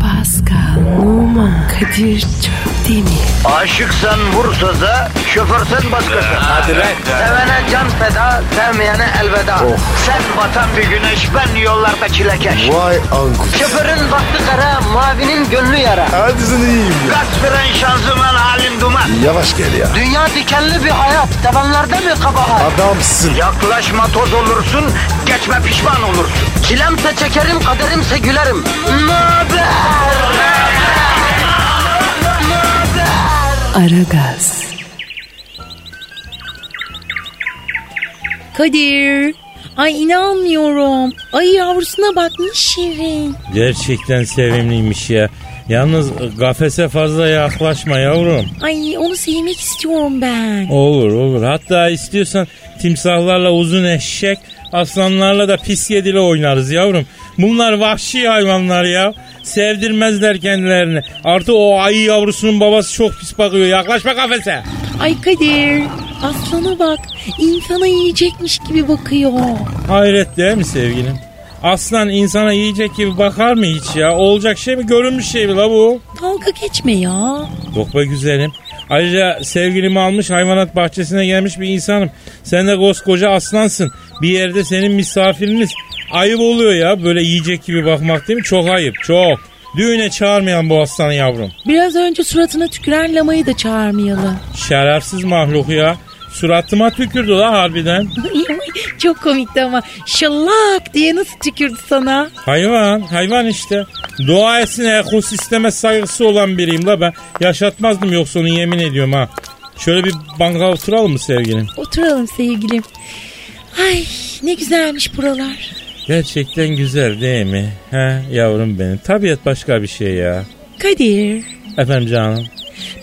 Pascal, Oman, Kadir çok değil mi? Aşıksan vursa da şoförsen başkasın. Hadi lan. Sevene can feda, sevmeyene elveda. Sen batan bir güneş, ben yollarda çilekeş. Vay anku. Şoförün baktı kara, mavinin gönlü yara. Hadi sen iyiyim ya. Kasperen şanzıman halin duman. Yavaş gel ya. Dünya dikenli bir hayat, sevenlerde mi kabahar? Adamsın. Yaklaşma toz olursun, geçme pişman olursun. Çilemse çekerim, kaderimse gülerim. Möber! Aragaz, Kadir. Ay inanmıyorum. Ay yavrusuna bak ne şirin. Gerçekten sevimliymiş ya. Yalnız kafese fazla yaklaşma yavrum. Ay onu sevmek istiyorum ben. Olur olur. Hatta istiyorsan timsahlarla uzun eşek, aslanlarla da pis yedili oynarız yavrum. Bunlar vahşi hayvanlar ya. Sevdirmezler kendilerini. Artı o ayı yavrusunun babası çok pis bakıyor. Yaklaşma kafese. Ay Kadir. Aslana bak. İnsana yiyecekmiş gibi bakıyor. Hayret değil mi sevgilim? Aslan insana yiyecek gibi bakar mı hiç ya? Olacak şey mi? Görünmüş şey mi la bu? Dalga geçme ya. Yok be güzelim. Ayrıca sevgilimi almış hayvanat bahçesine gelmiş bir insanım. Sen de koskoca aslansın. Bir yerde senin misafiriniz. Ayıp oluyor ya böyle yiyecek gibi bakmak değil mi? Çok ayıp çok. Düğüne çağırmayan bu aslan yavrum. Biraz önce suratına tüküren lamayı da çağırmayalım. Şerefsiz mahluk ya. Suratıma tükürdü la harbiden. Çok komikti ama şallak diye nasıl tükürdü sana? Hayvan, hayvan işte. Doğa etsin ekosisteme saygısı olan biriyim la ben. Yaşatmazdım yoksa onu yemin ediyorum ha. Şöyle bir banka oturalım mı sevgilim? Oturalım sevgilim. Ay ne güzelmiş buralar. Gerçekten güzel değil mi? He yavrum benim. Tabiat başka bir şey ya. Kadir Efendim canım.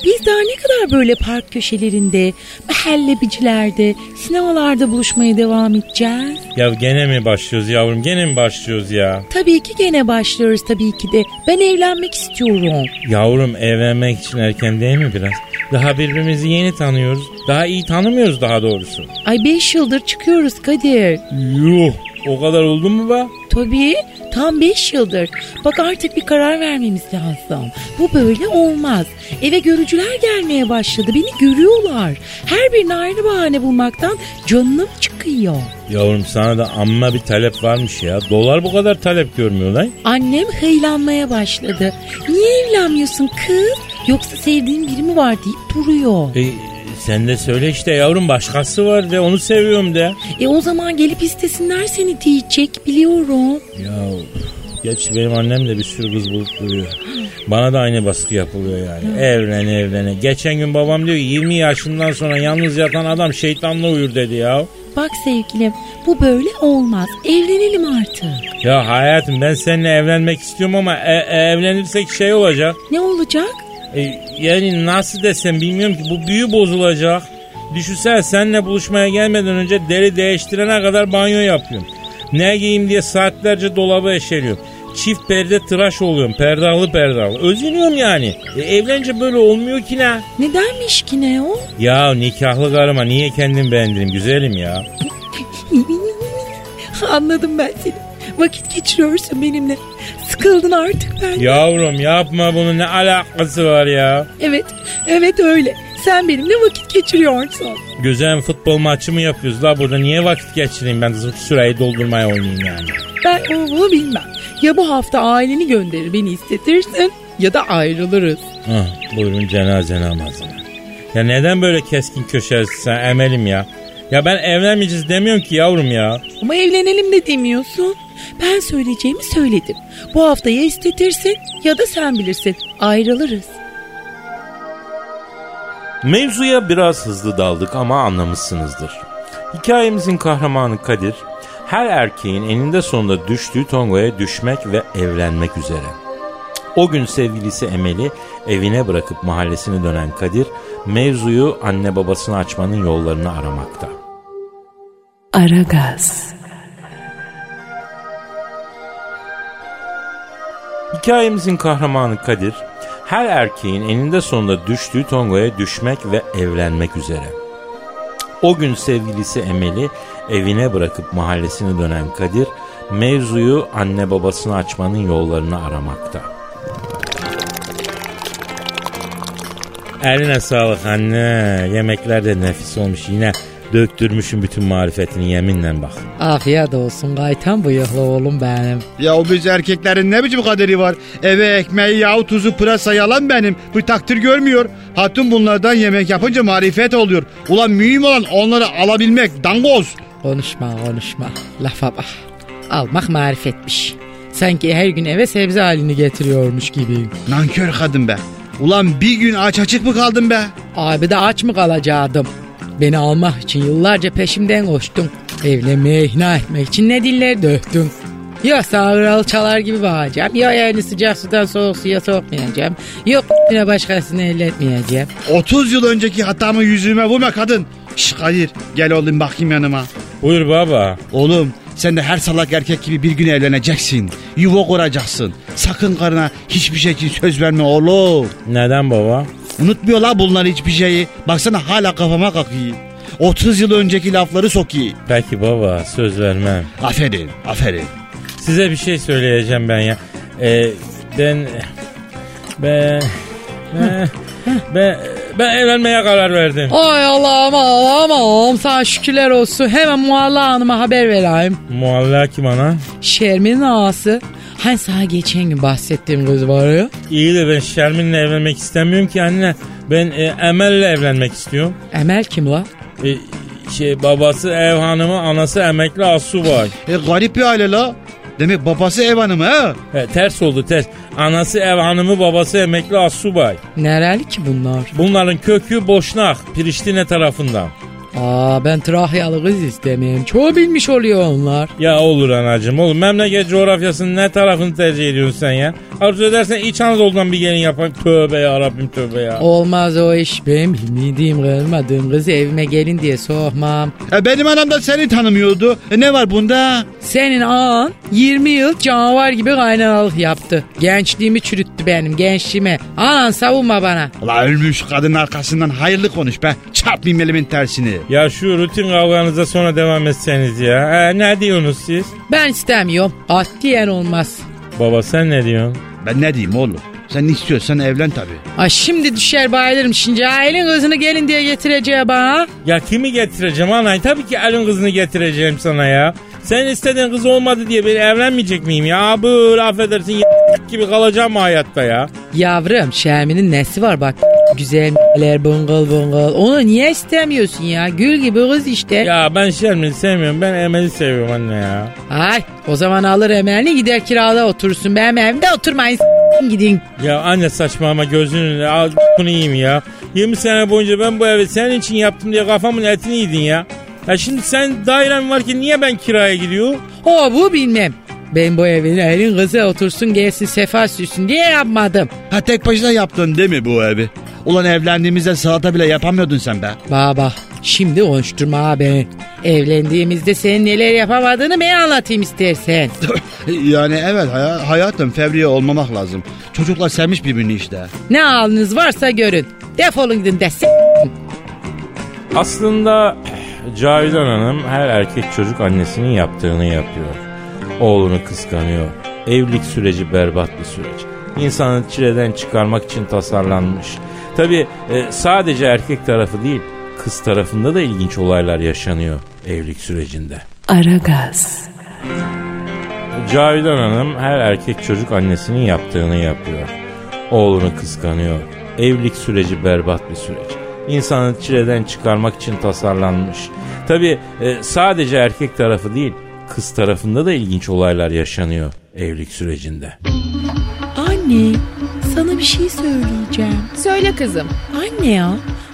biz daha ne kadar böyle park köşelerinde, mahallebicilerde, sinemalarda buluşmaya devam edeceğiz? Ya gene mi başlıyoruz yavrum? Gene mi başlıyoruz ya? Tabii ki gene başlıyoruz tabii ki de. Ben evlenmek istiyorum. Yavrum evlenmek için erken değil mi biraz? Daha birbirimizi yeni tanıyoruz. Daha iyi tanımıyoruz daha doğrusu. Ay beş yıldır çıkıyoruz Kadir. Yuh o kadar oldu mu be? Tabii tam 5 yıldır. Bak artık bir karar vermemiz lazım. Bu böyle olmaz. Eve görücüler gelmeye başladı. Beni görüyorlar. Her birine ayrı bahane bulmaktan canım çıkıyor. Yavrum sana da amma bir talep varmış ya. Dolar bu kadar talep görmüyor lan. Annem hıylanmaya başladı. Niye evlenmiyorsun kız? Yoksa sevdiğin biri mi var deyip duruyor. E, sen de söyle işte yavrum başkası var de onu seviyorum de. E o zaman gelip istesinler seni diyecek biliyorum. Ya gerçi benim annem de bir sürü kız bulup duruyor. Bana da aynı baskı yapılıyor yani. Evlen evlene. Geçen gün babam diyor ki, 20 yaşından sonra yalnız yatan adam şeytanla uyur dedi ya. Bak sevgilim bu böyle olmaz. Evlenelim artık. Ya hayatım ben seninle evlenmek istiyorum ama e- e- evlenirsek şey olacak. Ne olacak? E, yani nasıl desem bilmiyorum ki bu büyü bozulacak. Düşünsene seninle buluşmaya gelmeden önce deri değiştirene kadar banyo yapıyorum. Ne giyeyim diye saatlerce dolabı eşeliyorum. Çift perde tıraş oluyorum. Perdahlı perdahlı. Özeniyorum yani. E, evlenince böyle olmuyor ki ne? Nedenmiş ki ne o? Ya nikahlı karıma niye kendim beğendireyim güzelim ya? Anladım ben seni. Vakit geçiriyorsun benimle. Sıkıldın artık ben. Yavrum yapma bunu ne alakası var ya? Evet, evet öyle. Sen benimle vakit geçiriyorsun. Güzel futbol maçı mı yapıyoruz la burada? Niye vakit geçireyim ben süreyi doldurmaya oynayayım yani? Ben onu bilmem. Ya bu hafta aileni gönderir beni istetirsin ya da ayrılırız. Ah, buyurun cenaze namazına. Ya neden böyle keskin köşesi sen emelim ya? Ya ben evlenmeyeceğiz demiyorum ki yavrum ya. Ama evlenelim de demiyorsun. Ben söyleyeceğimi söyledim. Bu hafta ya istetirsin ya da sen bilirsin. Ayrılırız. Mevzuya biraz hızlı daldık ama anlamışsınızdır. Hikayemizin kahramanı Kadir, her erkeğin eninde sonunda düştüğü tongoya düşmek ve evlenmek üzere. O gün sevgilisi Emel'i evine bırakıp mahallesine dönen Kadir, mevzuyu anne babasını açmanın yollarını aramakta. Aragaz, Hikayemizin kahramanı Kadir, her erkeğin eninde sonunda düştüğü tongoya düşmek ve evlenmek üzere. O gün sevgilisi Emel'i evine bırakıp mahallesine dönen Kadir, mevzuyu anne babasını açmanın yollarını aramakta. Eline sağlık anne. Yemekler de nefis olmuş yine. Döktürmüşüm bütün marifetini yeminle bak. Afiyet olsun Gaytan bıyıklı oğlum benim. Ya o biz erkeklerin ne biçim kaderi var? Eve ekmeği, yağı, tuzu, pırasa yalan benim. Bu takdir görmüyor. Hatun bunlardan yemek yapınca marifet oluyor. Ulan mühim olan onları alabilmek. Dangoz. Konuşma konuşma. Lafa bak. Almak marifetmiş. Sanki her gün eve sebze halini getiriyormuş gibi. Nankör kadın be. Ulan bir gün aç açık mı kaldın be? Abi de aç mı kalacaktım? Beni almak için yıllarca peşimden koştun. Evlenmeye ikna etmek için ne diller döktün. Ya sağral çalar gibi bağıracağım. Ya yani sıcak sudan soğuk suya sokmayacağım. Yok yine başkasını elletmeyeceğim. 30 yıl önceki hatamı yüzüme vurma kadın. Şş Kadir gel oğlum bakayım yanıma. Buyur baba. Oğlum sen de her salak erkek gibi bir gün evleneceksin. Yuva kuracaksın. Sakın karına hiçbir şey için söz verme oğlum. Neden baba? Unutmuyor la bunlar hiçbir şeyi. Baksana hala kafama kakıyor. 30 yıl önceki lafları sokuyor. Peki baba söz vermem. Aferin, aferin. Size bir şey söyleyeceğim ben ya. Ee, ben ben ben ben, ben evlenmeye karar verdim. Ay Allah'ım Allah'ım Allah'ım sana şükürler olsun. Hemen Mualla Hanım'a haber vereyim. Mualla kim ana? Şermin'in ağası. Hani sana geçen gün bahsettiğim kız var ya. İyi de ben Şermin'le evlenmek istemiyorum ki anne. Ben e, Emel'le evlenmek istiyorum. Emel kim la? E, şey babası ev hanımı, anası emekli asubay. E, garip bir aile la. Demek babası ev hanımı ha? E, ters oldu ters. Anası ev hanımı, babası emekli asubay. Nereli ki bunlar? Bunların kökü Boşnak, Priştine tarafından. Aa ben Trahyalı kız istemeyeyim. Çoğu bilmiş oluyor onlar. Ya olur anacığım oğlum memleket coğrafyasının ne tarafını tercih ediyorsun sen ya? Arzu edersen İç Anadolu'dan bir gelin yapayım. Tövbe ya Rabbim tövbe ya. Olmaz o iş. Benim bilmediğim kırmadığım kızı evime gelin diye soğumam. E, benim anam da seni tanımıyordu. E, ne var bunda? Senin ağan 20 yıl canavar gibi kaynanalık yaptı. Gençliğimi çürüttü benim gençliğime. Anan savunma bana. La ölmüş kadın arkasından hayırlı konuş be. Çarpmayayım elimin tersini. Ya şu rutin kavganıza sonra devam etseniz ya. E, ne diyorsunuz siz? Ben istemiyorum. At diyen olmaz. Baba sen ne diyorsun? Ben ne diyeyim oğlum? Sen istiyorsan evlen tabii. Ay şimdi düşer bayılırım şimdi. Ailen kızını gelin diye getireceği bana. Ya kimi getireceğim anay? Tabii ki elin kızını getireceğim sana ya. Sen istediğin kız olmadı diye ben evlenmeyecek miyim ya? Böyle affedersin y- gibi kalacağım hayatta ya. Yavrum Şermin'in nesi var bak. Güzel m**ler bıngıl bıngıl. Onu niye istemiyorsun ya? Gül gibi kız işte. Ya ben Şermin'i sevmiyorum. Ben Emel'i seviyorum anne ya. Ay o zaman alır emeğini gider kirada oturursun. Benim evimde oturmayın s**tin gidin. Ya anne saçmalama gözünü al bunu yiyeyim ya. 20 sene boyunca ben bu evi senin için yaptım diye kafamın etini yedin ya. Ya şimdi sen dairen varken niye ben kiraya gidiyor? O bu bilmem. Ben bu evin elin kızı otursun gelsin sefa sürsün diye yapmadım. Ha tek başına yaptın değil mi bu evi? Ulan evlendiğimizde salata bile yapamıyordun sen be. Baba şimdi konuşturma abi. Evlendiğimizde senin neler yapamadığını ben anlatayım istersen. Yani evet haya- hayatım fevriye olmamak lazım. Çocuklar sevmiş birbirini işte. Ne haliniz varsa görün. Defolun gidin de s**. Aslında Cavidan Hanım her erkek çocuk annesinin yaptığını yapıyor. Oğlunu kıskanıyor. Evlilik süreci berbat bir süreç. İnsanı çileden çıkarmak için tasarlanmış. Tabi sadece erkek tarafı değil kız tarafında da ilginç olaylar yaşanıyor evlilik sürecinde. Aragaz. Cavidan Hanım her erkek çocuk annesinin yaptığını yapıyor. Oğlunu kıskanıyor. Evlilik süreci berbat bir süreç. İnsanı çileden çıkarmak için tasarlanmış. Tabi sadece erkek tarafı değil kız tarafında da ilginç olaylar yaşanıyor evlilik sürecinde. Anne sana bir şey söyleyeceğim. Söyle kızım. Anne ya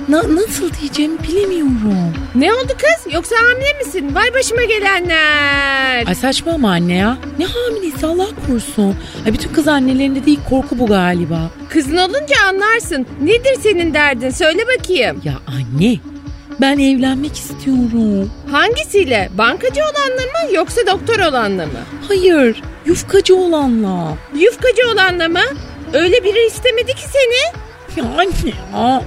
nasıl diyeceğimi bilemiyorum. Ne oldu kız? Yoksa hamile misin? Vay başıma gelenler. Ay saçmalama anne ya. Ne hamilesi Allah korusun. Ay bütün kız annelerinde değil korku bu galiba. Kızın olunca anlarsın. Nedir senin derdin? Söyle bakayım. Ya anne ben evlenmek istiyorum. Hangisiyle? Bankacı olanla mı yoksa doktor olanla mı? Hayır yufkacı olanla. Yufkacı olanla mı? Öyle biri istemedi ki seni. Ya anne ya.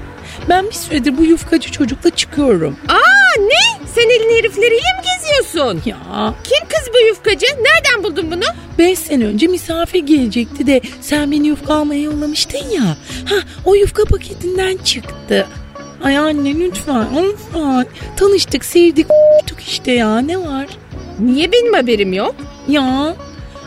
Ben bir süredir bu yufkacı çocukla çıkıyorum. Aa ne? Sen elin herifleriyle mi geziyorsun? Ya Kim kız bu yufkacı? Nereden buldun bunu? 5 sene önce misafir gelecekti de sen beni yufka almaya yollamıştın ya. Ha o yufka paketinden çıktı. Ay anne lütfen lütfen. Tanıştık sevdik ***tuk işte ya ne var? Niye benim haberim yok? Ya.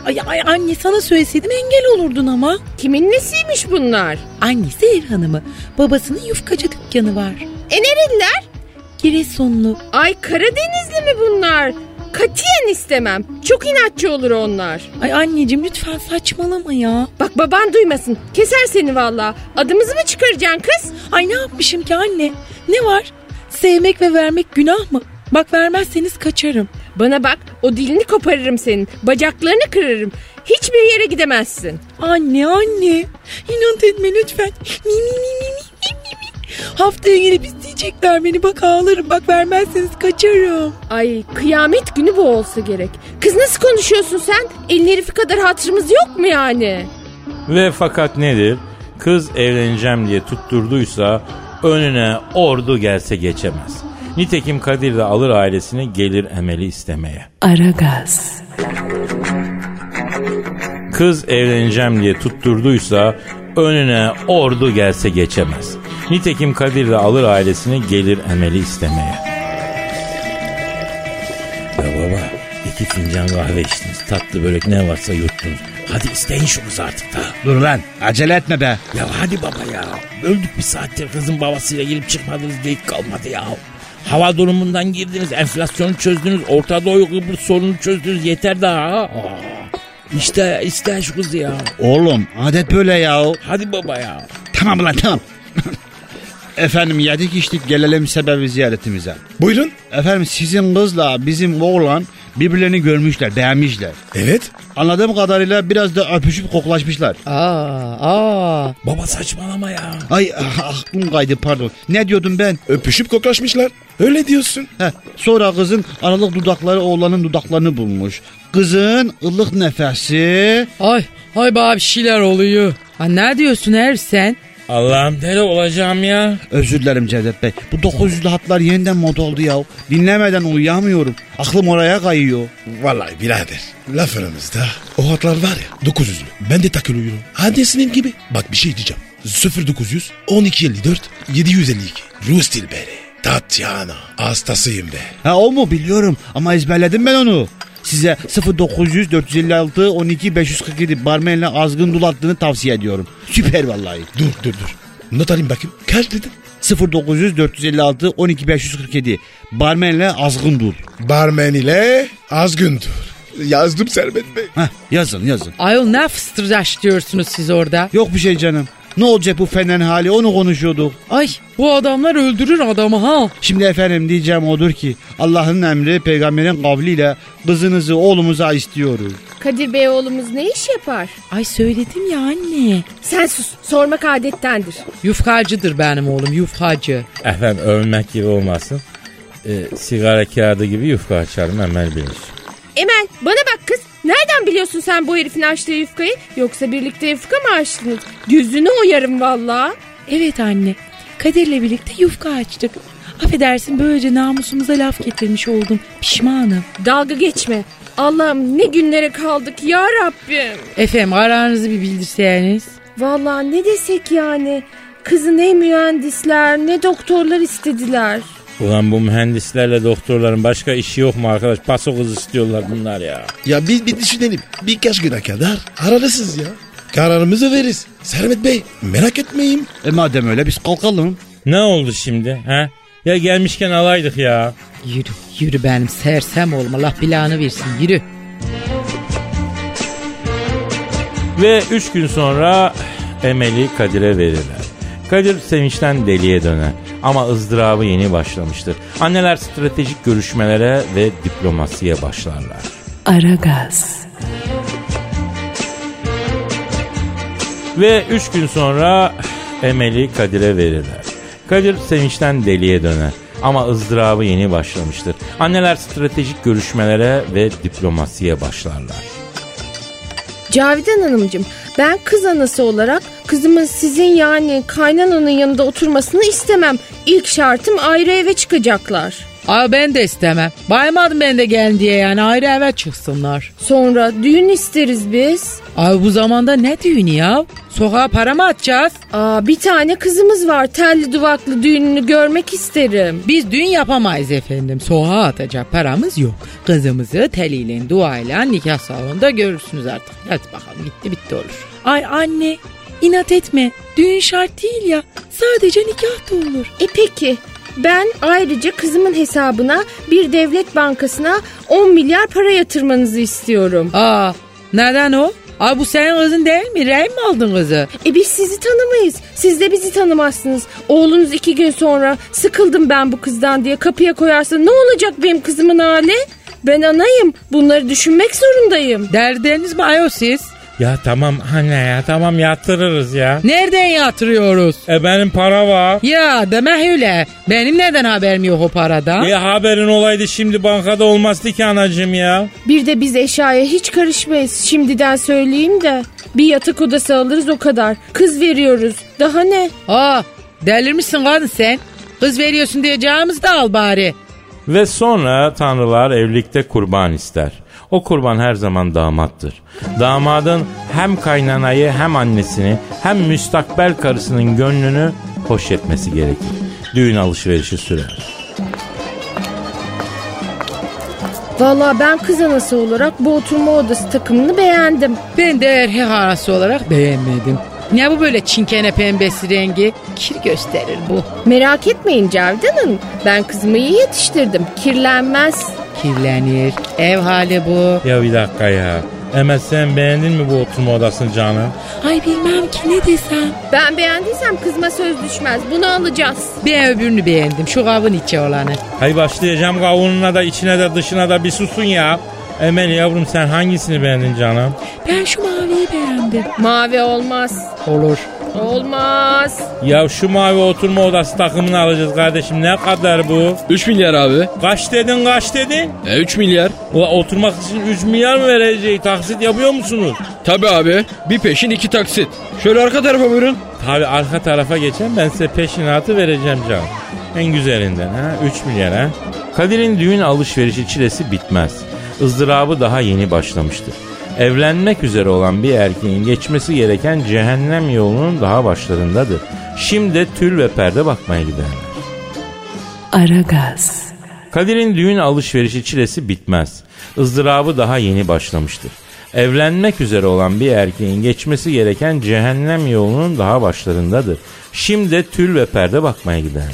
Ay, ay anne sana söyleseydim engel olurdun ama. Kimin nesiymiş bunlar? Annesi ev hanımı. Babasının yufkacı dükkanı var. E nereliler? Giresunlu. Ay Karadenizli mi bunlar? Katiyen istemem. Çok inatçı olur onlar. Ay anneciğim lütfen saçmalama ya. Bak baban duymasın. Keser seni valla. Adımızı mı çıkaracaksın kız? Ay ne yapmışım ki anne? Ne var? Sevmek ve vermek günah mı? Bak vermezseniz kaçarım. Bana bak o dilini koparırım senin. Bacaklarını kırarım. Hiçbir yere gidemezsin. Anne anne. İnat etme lütfen. Mi, mi, mi, mi, mi, mi, mi, mi. Haftaya gelip isteyecekler beni. Bak ağlarım. Bak vermezseniz kaçarım. Ay kıyamet günü bu olsa gerek. Kız nasıl konuşuyorsun sen? Elin herifi kadar hatırımız yok mu yani? Ve fakat nedir? Kız evleneceğim diye tutturduysa önüne ordu gelse geçemez. Nitekim Kadir de alır ailesini gelir emeli istemeye. Aragaz, Kız evleneceğim diye tutturduysa önüne ordu gelse geçemez. Nitekim Kadir de alır ailesini gelir emeli istemeye. Ya baba iki fincan kahve içtiniz. Tatlı börek ne varsa yuttunuz. Hadi isteyin şu kızı artık da. Dur lan acele etme be. Ya hadi baba ya. Öldük bir saattir kızın babasıyla girip çıkmadınız deyip kalmadı ya. Hava durumundan girdiniz, enflasyonu çözdünüz, Orta Doğu Kıbrıs sorununu çözdünüz. Yeter daha. Aa. İşte iste şu kızı ya. Oğlum adet böyle ya. Hadi baba ya. Tamam lan tamam. Efendim yedik içtik gelelim sebebi ziyaretimize. Buyurun. Efendim sizin kızla bizim oğlan birbirlerini görmüşler, beğenmişler. Evet. Anladığım kadarıyla biraz da öpüşüp koklaşmışlar. Aa, aa. Baba saçmalama ya. Ay ah, aklım kaydı pardon. Ne diyordum ben? Öpüşüp koklaşmışlar. Öyle diyorsun. Heh, sonra kızın analık dudakları oğlanın dudaklarını bulmuş. Kızın ılık nefesi Ay, ay bana bir şeyler oluyor. Ha, ne diyorsun Erv sen? Allah'ım deli olacağım ya. Özür dilerim Cevdet Bey. Bu 900'lü hatlar yeniden mod oldu ya. Dinlemeden uyuyamıyorum. Aklım oraya kayıyor. Vallahi birader. Laf aramızda. O hatlar var ya 900 lü. Ben de takıl uyurum. Annesinin gibi. Bak bir şey diyeceğim. 0900 1254 752. Rus dilberi. Tatyana. Hastasıyım be. Ha o mu biliyorum ama ezberledim ben onu. Size 0900 456 12 547 barmenle azgın dul hattını tavsiye ediyorum. Süper vallahi. Dur dur dur. Not alayım bakayım. Kaç dedin? 0900 456 12 547 barmenle azgın dul. Barmen ile Azgün'dür. Yazdım Sermet Bey. Heh, yazın yazın. Ayol ne fıstırdaş diyorsunuz siz orada? Yok bir şey canım. Ne olacak bu fenen hali onu konuşuyorduk. Ay bu adamlar öldürür adamı ha. Şimdi efendim diyeceğim odur ki Allah'ın emri peygamberin kavliyle kızınızı oğlumuza istiyoruz. Kadir Bey oğlumuz ne iş yapar? Ay söyledim ya anne. Sen sus. Sormak adettendir. Yufkacıdır benim oğlum yufkacı. Efendim övmek gibi olmasın. Ee, sigara kağıdı gibi yufka açarım Emel bilir. Emel bana bak kız. Nereden biliyorsun sen bu herifin açtığı yufkayı? Yoksa birlikte yufka mı açtınız? Gözünü oyarım valla. Evet anne. Kadir'le birlikte yufka açtık. Affedersin böylece namusumuza laf getirmiş oldum. Pişmanım. Dalga geçme. Allah'ım ne günlere kaldık ya Rabbim. Efendim kararınızı bir bildirseniz. Valla ne desek yani. Kızı ne mühendisler ne doktorlar istediler. Ulan bu mühendislerle doktorların başka işi yok mu arkadaş? Paso kız istiyorlar bunlar ya. Ya biz bir düşünelim. Birkaç güne kadar ararız ya. Kararımızı veririz. Sermet Bey merak etmeyin. E madem öyle biz kalkalım. Ne oldu şimdi? He? Ya gelmişken alaydık ya. Yürü yürü benim sersem oğlum Allah planı versin yürü. Ve üç gün sonra Emel'i Kadir'e verirler. Kadir sevinçten deliye döner. Ama ızdırabı yeni başlamıştır. Anneler stratejik görüşmelere ve diplomasiye başlarlar. Aragaz, Ve üç gün sonra Emel'i Kadir'e verirler. Kadir sevinçten deliye döner. Ama ızdırabı yeni başlamıştır. Anneler stratejik görüşmelere ve diplomasiye başlarlar. Cavidan Hanımcığım ben kız anası olarak kızımın sizin yani kaynananın yanında oturmasını istemem. İlk şartım ayrı eve çıkacaklar. Ay ben de istemem. Baymadım ben de gel diye yani ayrı eve çıksınlar. Sonra düğün isteriz biz. Ay bu zamanda ne düğünü ya? Sokağa para mı atacağız? Aa, bir tane kızımız var. Telli duvaklı düğününü görmek isterim. Biz düğün yapamayız efendim. Sokağa atacak paramız yok. Kızımızı teliyle duayla nikah salonunda görürsünüz artık. Hadi bakalım gitti bitti olur. Ay anne inat etme. Düğün şart değil ya. Sadece nikah da olur. E peki ben ayrıca kızımın hesabına bir devlet bankasına 10 milyar para yatırmanızı istiyorum. Aa neden o? Ay bu senin kızın değil mi? Rey mi aldın kızı? E biz sizi tanımayız. Siz de bizi tanımazsınız. Oğlunuz iki gün sonra sıkıldım ben bu kızdan diye kapıya koyarsa ne olacak benim kızımın hali? Ben anayım. Bunları düşünmek zorundayım. Derdiniz mi ayol siz? Ya tamam anne ya tamam yatırırız ya. Nereden yatırıyoruz? E benim para var. Ya demek öyle. Benim neden haberim yok o paradan? E haberin olaydı şimdi bankada olmazdı ki anacığım ya. Bir de biz eşyaya hiç karışmayız. Şimdiden söyleyeyim de. Bir yatak odası alırız o kadar. Kız veriyoruz. Daha ne? Aa delirmişsin kadın sen. Kız veriyorsun diyeceğimiz de al bari. Ve sonra tanrılar evlilikte kurban ister. O kurban her zaman damattır. Damadın hem kaynanayı hem annesini hem müstakbel karısının gönlünü hoş etmesi gerekir. Düğün alışverişi sürer. Valla ben kız anası olarak bu oturma odası takımını beğendim. Ben de erkek arası olarak beğenmedim. Ne bu böyle çinkene pembesi rengi? Kir gösterir bu. Merak etmeyin Cavidan Hanım. Ben kızımı iyi yetiştirdim. Kirlenmez. Kirlenir. Ev hali bu. Ya bir dakika ya. Emel sen beğendin mi bu oturma odasını canım? Ay bilmem ki ne desem. Ben beğendiysem kızma söz düşmez. Bunu alacağız. Ben öbürünü beğendim. Şu kavun içi olanı. Hay başlayacağım kavununa da içine de dışına da bir susun ya. Emel yavrum sen hangisini beğendin canım? Ben şu maviyi beğendim. Mavi olmaz. Olur. Olmaz. Ya şu mavi oturma odası takımını alacağız kardeşim. Ne kadar bu? 3 milyar abi. Kaç dedin kaç dedin? E, 3 milyar. Ula oturmak için 3 milyar mı vereceği taksit yapıyor musunuz? Tabi abi. Bir peşin iki taksit. Şöyle arka tarafa buyurun. Tabi arka tarafa geçen ben size peşinatı vereceğim canım. En güzelinden ha 3 milyar ha. Kadir'in düğün alışverişi çilesi bitmez. Izdırabı daha yeni başlamıştır. Evlenmek üzere olan bir erkeğin geçmesi gereken cehennem yolunun daha başlarındadır. Şimdi tül ve perde bakmaya giderler. Aragaz. Kadir'in düğün alışverişi çilesi bitmez. Izdırabı daha yeni başlamıştır. Evlenmek üzere olan bir erkeğin geçmesi gereken cehennem yolunun daha başlarındadır. Şimdi tül ve perde bakmaya giderler.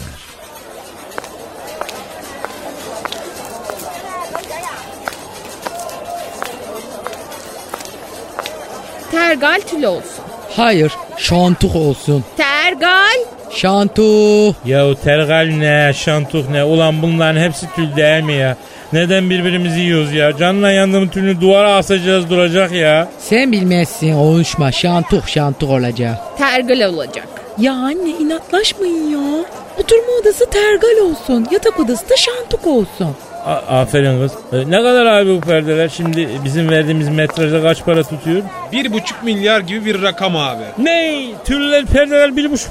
Tergal tül olsun. Hayır. Şantuk olsun. Tergal. Şantuk. Yahu tergal ne, şantuh ne, ulan bunların hepsi tül değil mi ya? Neden birbirimizi yiyoruz ya? Canla yandığım tülünü duvara asacağız duracak ya. Sen bilmezsin. Konuşma. Şantuk şantuk olacak. Tergal olacak. Ya anne inatlaşmayın ya. Oturma odası tergal olsun. Yatak odası da şantuk olsun. A- aferin kız. E, ne kadar abi bu perdeler? Şimdi bizim verdiğimiz metrajda kaç para tutuyor? Bir buçuk milyar gibi bir rakam abi. Ne? Tüller perdeler bir buçuk.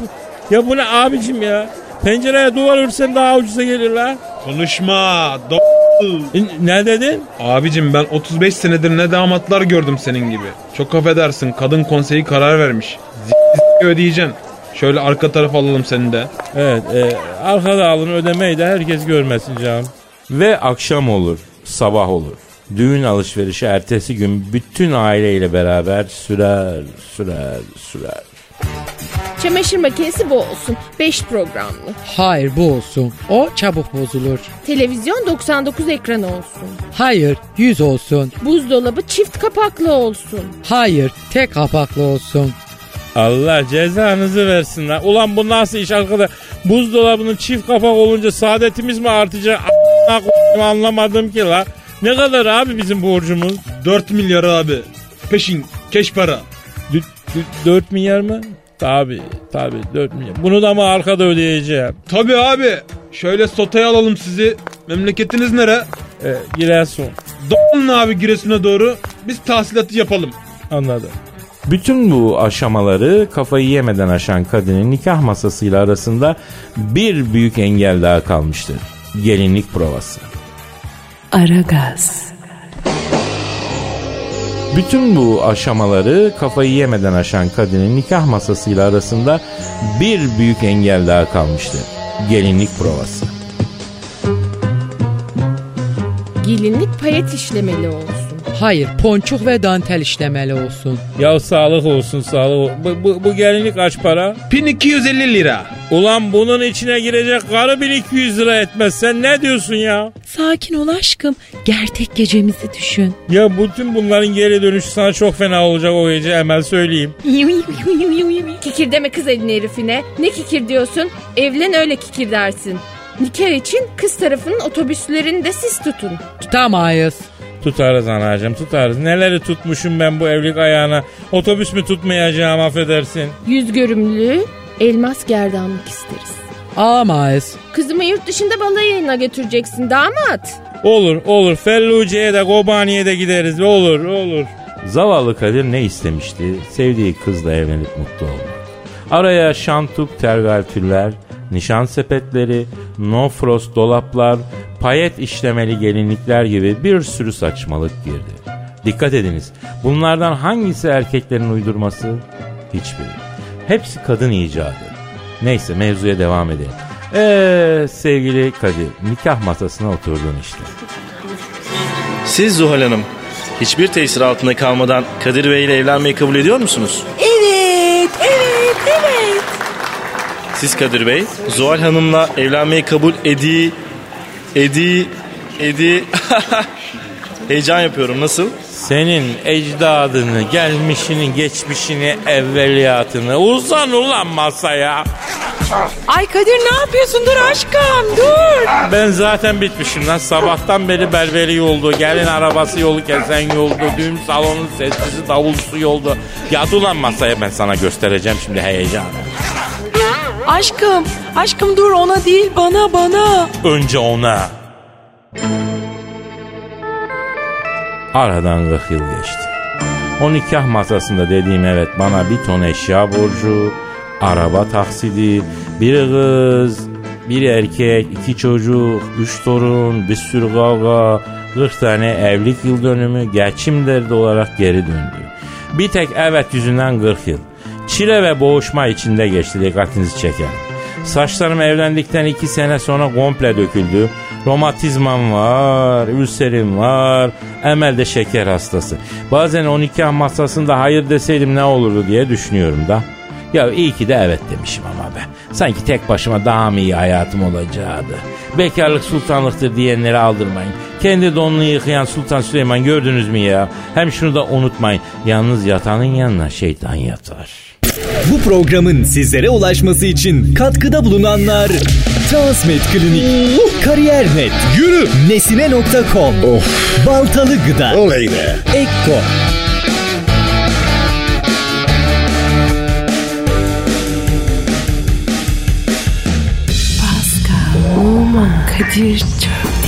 Ya bu ne abicim ya? Pencereye duvar örsen daha ucuza gelir la. Konuşma. Do- E, Ne dedin? Abicim ben 35 senedir ne damatlar gördüm senin gibi. Çok affedersin kadın konseyi karar vermiş. Z- ödeyeceksin. Şöyle arka taraf alalım seni de. Evet. E, arkada alın ödemeyi de herkes görmesin canım. Ve akşam olur. Sabah olur. Düğün alışverişi ertesi gün bütün aileyle beraber sürer, sürer, sürer. Çamaşır makinesi bu olsun. 5 programlı. Hayır bu olsun. O çabuk bozulur. Televizyon 99 ekranı olsun. Hayır 100 olsun. Buzdolabı çift kapaklı olsun. Hayır tek kapaklı olsun. Allah cezanızı versin lan. Ulan bu nasıl iş arkada? Buzdolabının çift kapak olunca saadetimiz mi artacak? A- a- anlamadım ki la. Ne kadar abi bizim borcumuz? 4 milyar abi. Peşin. Keş para. 4 milyar mı? Tabi tabi 4 milyar. Bunu da mı arkada ödeyeceğim? Tabii abi. Şöyle sotaya alalım sizi. Memleketiniz nere? Ee, Giresun Dolun abi Giresun'a doğru. Biz tahsilatı yapalım. anladım. Bütün bu aşamaları kafayı yemeden aşan kadının nikah masasıyla arasında bir büyük engel daha kalmıştır. gelinlik provası. Aragaz, Bütün bu aşamaları kafayı yemeden aşan kadının nikah masasıyla arasında bir büyük engel daha kalmıştı. Gelinlik provası. Gelinlik payet işlemeli olsun. Hayır ponçuk ve dantel işlemeli olsun. Ya sağlık olsun sağlık olsun. Bu, bu, bu gelinlik kaç para? 1250 lira. Ulan bunun içine girecek karı 1200 lira etmez. Sen ne diyorsun ya? Sakin ol aşkım. Gerçek gecemizi düşün. Ya bütün bunların geri dönüşü sana çok fena olacak o gece hemen söyleyeyim. Kikir deme kız elin herifine. Ne kikir diyorsun? Evlen öyle kikir dersin. Nikah için kız tarafının otobüslerini de siz tutun. Tutamayız. Tutarız anacığım tutarız. Neleri tutmuşum ben bu evlilik ayağına. Otobüs mü tutmayacağım affedersin. Yüz görümlü elmas gerdanlık isteriz. Alamayız. Kızımı yurt dışında balayına götüreceksin damat. Olur olur Felluce'ye de Kobani'ye de gideriz olur olur. Zavallı Kadir ne istemişti? Sevdiği kızla evlenip mutlu olmak. Araya şantuk tergaltüller, nişan sepetleri, no frost dolaplar, payet işlemeli gelinlikler gibi bir sürü saçmalık girdi. Dikkat ediniz bunlardan hangisi erkeklerin uydurması? Hiçbiri. Hepsi kadın icadı. Neyse mevzuya devam edelim. Eee sevgili Kadir nikah masasına oturdun işte. Siz Zuhal Hanım hiçbir tesir altında kalmadan Kadir Bey ile evlenmeyi kabul ediyor musunuz? Evet, evet, evet. Siz Kadir Bey Zuhal Hanım'la evlenmeyi kabul edi edi edi heyecan yapıyorum nasıl? Senin ecdadını, gelmişini, geçmişini, evveliyatını uzan ulan masaya. Ay Kadir ne yapıyorsun? Dur aşkım, dur. Ben zaten bitmişim lan. Sabahtan beri berberi yoldu. Gelin arabası yolu kesen yoldu. Düğün salonun sessizi davulsu yoldu. Yat ulan masaya ben sana göstereceğim şimdi heyecanı. Aşkım, aşkım dur ona değil bana bana. Önce ona. Aradan 40 yıl geçti. O nikah masasında dediğim evet bana bir ton eşya borcu, araba taksidi, bir kız, bir erkek, iki çocuk, üç torun, bir sürü kavga, 40 tane evlilik yıl dönümü geçim derdi olarak geri döndü. Bir tek evet yüzünden 40 yıl. Çile ve boğuşma içinde geçti dikkatinizi çeker. Saçlarım evlendikten iki sene sonra komple döküldü. Romatizmam var, ülserim var, Emel de şeker hastası. Bazen o nikah masasında hayır deseydim ne olurdu diye düşünüyorum da. Ya iyi ki de evet demişim ama be. Sanki tek başıma daha mı iyi hayatım olacaktı. Bekarlık sultanlıktır diyenleri aldırmayın. Kendi donunu yıkayan Sultan Süleyman gördünüz mü ya? Hem şunu da unutmayın. Yalnız yatanın yanına şeytan yatar. Bu programın sizlere ulaşması için katkıda bulunanlar Transmed Klinik, Kariyer.net, Yürü, Nesine.com, Baltalı Gıda, Olay Ekko, Pascal, Oman, Kadir çok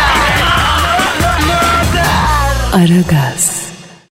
Aragaz.